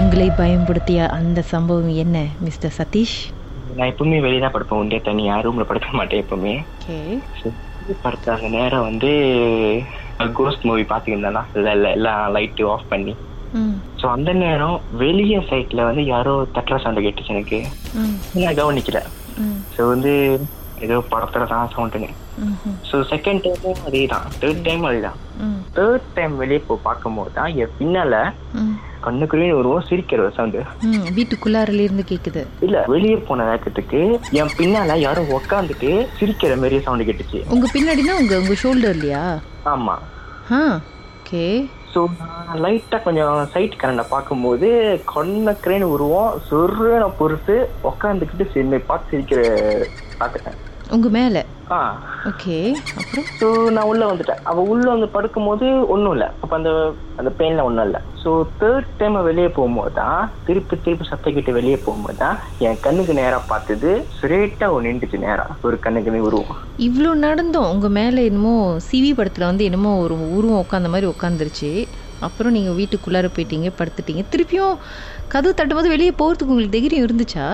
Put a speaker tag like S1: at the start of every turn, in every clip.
S1: உங்களை பயன்படுத்திய அந்த சம்பவம் என்ன மிஸ்டர் சதீஷ்
S2: நான் எப்பவுமே வெளியே தான் படுப்பேன் ஒன்றே தனியா ரூம்ல படுக்க மாட்டேன் எப்பவுமே
S1: ஓகே
S2: படுத்த அந்த நேரம் வந்து கோஸ்ட் மூவி பாத்துக்கிருந்தேன்னா எல்லாம் லைட்டு ஆஃப் பண்ணி
S1: ம்
S2: ஸோ அந்த நேரம் வெளியே சைட்ல வந்து யாரோ தட்டுற சவுண்ட் கேட்டுச்சு எனக்கு
S1: ம்
S2: நான் கவனிக்கல
S1: ம்
S2: ஸோ வந்து ஏதோ படத்துல தான் சவுண்டுன்னு
S1: ம்ஹும்.
S2: ஸோ செகண்ட் டைமும் அதே தான் தேர்ட் டைமும் அதே தான்
S1: ம்
S2: தேர்ட் டைம் வெளியே போ பார்க்கும்போது தான் என் பின்னால
S1: ம்
S2: கண்ணுக்குள்ளே ஒரு சிரிக்கிற சவுண்டு
S1: ம் வீட்டுக்குள்ளாரில இருந்து கேக்குது
S2: இல்ல வெளியே போன நேரத்துக்கு என் பின்னால யாரும் உக்காந்துட்டு சிரிக்கிற மாதிரி சவுண்ட் கேட்டுச்சு
S1: உங்க பின்னாடினா உங்க உங்க ஷோல்டர்லையா
S2: ஆமா
S1: ஆ ஓகே
S2: ஸோ நான் லைட்டா கொஞ்சம் சைட் கரண்ட பார்க்கும்போது கண்ணுக்குறேன்னு உருவம் சொருன பொறுத்து உக்காந்துக்கிட்டு சின்ன பார்த்து சிரிக்கிற பார்த்துட்டேன்
S1: உங்க மேல
S2: ஆ
S1: ஓகே அப்புறம்
S2: ஸோ நான் உள்ள வந்துட்டேன் அவ உள்ள வந்து படுக்கும்போது ஒன்றும் இல்லை அப்போ அந்த அந்த பெயின்ல ஒன்றும் இல்லை ஸோ தேர்ட் டைம் வெளியே போகும்போது தான் திருப்பி திருப்பி சத்தக்கிட்டு வெளியே போகும்போது தான் என் கண்ணுக்கு நேராக பார்த்தது ஸ்ட்ரெயிட்டா ஒன்று நின்றுச்சு நேரா ஒரு கண்ணுக்கு நீ உருவம்
S1: இவ்வளோ நடந்தோம் உங்க மேல என்னமோ சிவி படத்துல வந்து என்னமோ ஒரு உருவம் உட்காந்த மாதிரி உட்காந்துருச்சு அப்புறம் நீங்க வீட்டுக்குள்ளார போயிட்டீங்க படுத்துட்டீங்க திருப்பியும் கதவு தட்டும்போது வெளியே போறதுக்கு உங்களுக்கு தைரியம் இருந்துச்சா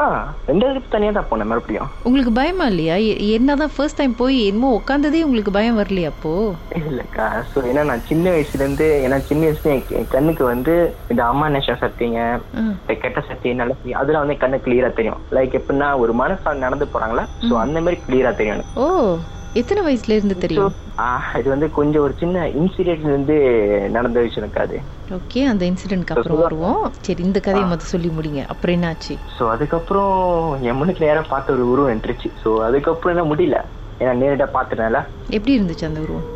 S2: ஆ ரெண்டாவது தனியாக தான் போனேன் மறுபடியும்
S1: உங்களுக்கு பயமா இல்லையா எ- என்னதான் ஃபர்ஸ்ட் டைம் போய் என்னமோ உட்காந்ததே உங்களுக்கு பயம் வரலையா அப்போ
S2: இல்லைக்கா ஸோ ஏன்னா நான் சின்ன வயசுலேருந்து ஏன்னா சின்ன வயசுல என் என் கண்ணுக்கு வந்து இந்த அம்மா நேஷா சக்திங்க
S1: ஆ,
S2: இந்த கெட்ட சக்தி நல்ல சக்தி அதெல்லாம் வந்து கண்ணு கிளியரா தெரியும் லைக் எப்படின்னா ஒரு மனசால் நடந்து போறாங்களா ஸோ அந்த மாதிரி கிளியரா தெரியும் எனக்கு
S1: ஓ எத்தனை வயசுல இருந்து
S2: So,
S1: தெரியும்
S2: ஆ, இது வந்து கொஞ்சம் ஒரு சின்ன இன்சிடென்ட்ல இருந்து நடந்த விஷயம் எனக்கு அது
S1: ஓகே அந்த இன்சிடென்ட்க்கு அப்புறம் வருவோம் சரி இந்த கதையை மொத்தம் சொல்லி முடிங்க அப்புறம் என்னாச்சு
S2: ஸோ அதுக்கப்புறம் என் முன்னுக்கு நேரம் பார்த்த ஒரு உருவம் வந்துருச்சு ஸோ அதுக்கப்புறம் என்ன முடியல ஏன்னா நேரடியாக பார்த்துட்டேன்ல
S1: எப்படி இருந்துச்சு அந்த உருவம்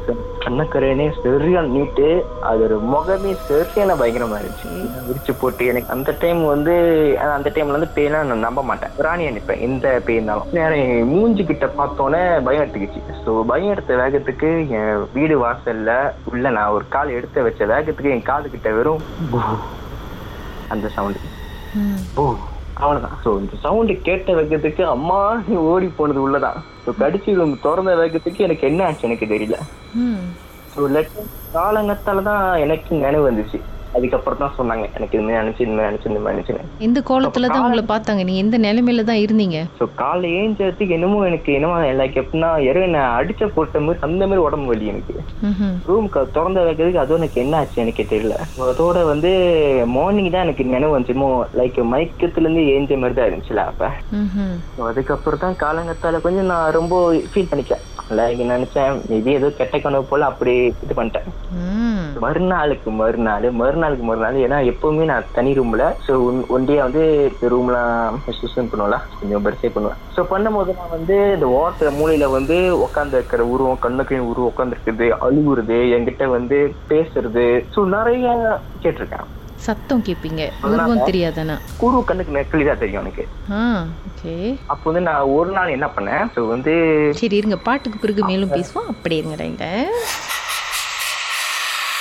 S2: கண்ணக்கரனே சரியா நீட்டு அது ஒரு முகமே சரியான பயங்கரமா இருந்துச்சு விரிச்சு போட்டு எனக்கு அந்த டைம் வந்து ஆனா அந்த டைம்ல வந்து பேயெல்லாம் நான் நம்ப மாட்டேன் ராணி நினைப்பேன் எந்த பேய் இருந்தாலும் நேரம் என் மூஞ்சி கிட்ட பார்த்தோன்னே பயம் எடுத்துக்கிச்சு ஸோ பயம் எடுத்த வேகத்துக்கு என் வீடு வாசல்ல உள்ள நான் ஒரு கால் எடுத்து வச்ச வேகத்துக்கு என் காது கிட்ட வெறும் பூ அந்த சவுண்டு
S1: ம்,
S2: ஓ அவ்வளவுதான் ஸோ இந்த சவுண்டு கேட்ட வேகத்துக்கு அம்மா நீ ஓடி போனது உள்ளதான் ஸோ கடிச்சு திறந்த வேகத்துக்கு எனக்கு என்ன ஆச்சு எனக்கு தெரியல
S1: ம்,
S2: ஸோ லெட்டர் காலங்கத்தால தான் எனக்கு நினைவு வந்துச்சு அதுக்கப்புறம் தான் சொன்னாங்க எனக்கு இது மாதிரி நினைச்சு இந்த மாதிரி நினைச்சு இந்த மாதிரி நினைச்சுன்னு
S1: எந்த கோலத்துல தான் உங்களை பார்த்தாங்க நீங்க எந்த நிலைமையில தான் இருந்தீங்க
S2: ஸோ காலை ஏஞ்சதுக்கு என்னமோ எனக்கு என்னமோ லைக் எப்படின்னா யாரோ என்னை அடிச்ச போட்ட மாதிரி அந்த மாதிரி உடம்பு வலி எனக்கு
S1: ம்ஹும்.
S2: ரூம் திறந்த வைக்கிறதுக்கு அதுவும் எனக்கு என்ன ஆச்சு எனக்கு தெரியல So அதோட வந்து மார்னிங் தான் எனக்கு நினைவு வந்துச்சுமோ லைக் மயக்கத்துலேருந்து ஏஞ்ச மாதிரி தான் இருந்துச்சுல அப்போ
S1: ம்ஹும்.
S2: So அதுக்கப்புறம் தான் காலங்கத்தால கொஞ்சம் நான் ரொம்ப ஃபீல் பண்ணிட்டேன் லைக் நினைச்சேன் மேபி ஏதோ கெட்ட கனவு போல அப்படி இது பண்ணிட்டேன்
S1: ம்,
S2: மறுநாளுக்கு மறுநாள் மறுநாளுக்கு மறுநாள் ஏன்னா எப்பவுமே நான் தனி ரூம்ல ஸோ ஒன்டே வந்து ரூம்லாம் சுசன் பண்ணுவோம்ல கொஞ்சம் பெருசே பண்ணுவேன் ஸோ பண்ணும்போது நான் வந்து இந்த ஓரத்துல மூலையில வந்து உட்காந்து இருக்கிற உருவம் கண்ணுக்கு உருவம் உட்காந்துருக்குது அழுகுறது என்கிட்ட வந்து பேசுறது ஸோ நிறைய கேட்டிருக்கேன்
S1: சத்தம் கேட்பீங்க உருவம் தெரியாதானா
S2: குரு கண்ணுக்கு நெக்கிலி தான் தெரியும் எனக்கு
S1: ஆ ஓகே
S2: அப்போ வந்து நான் ஒரு நாள் என்ன பண்ணேன் ஸோ வந்து
S1: சரி இருங்க பாட்டுக்கு பிறகு மேலும் பேசுவோம் அப்படியே இருங்க லைன்ல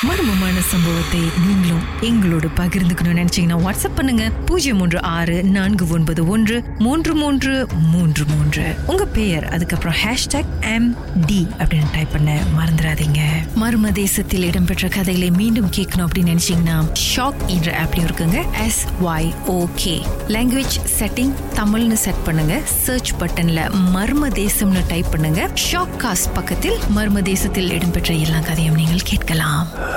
S3: மர்மமான சம்பவத்தை நீங்களும் எங்களோடு பகிர்ந்துக்கணும்னு நினைச்சீங்கன்னா வாட்ஸ்அப் பண்ணுங்க பூஜ்ஜியம் மூன்று ஆறு நான்கு ஒன்பது ஒன்று மூன்று மூன்று மூன்று மூன்று உங்க பெயர் அதுக்கப்புறம் ஹேஷ்டாக் எம் டி அப்படின்னு டைப் பண்ண மறந்துடாதீங்க மர்ம தேசத்தில் இடம்பெற்ற கதைகளை மீண்டும் கேட்கணும் அப்படின்னு நினைச்சீங்கன்னா ஷாக் என்ற ஆப்லயும் இருக்குங்க S Y okay language setting தமிழ்னு செட் பண்ணுங்க சர்ச் பட்டன்ல மர்ம தேசம்னு டைப் பண்ணுங்க ஷாக் காஸ்ட் பக்கத்தில் மர்ம தேசத்தில் இடம்பெற்ற எல்லா கதையும் நீங்கள் கேட்கலாம்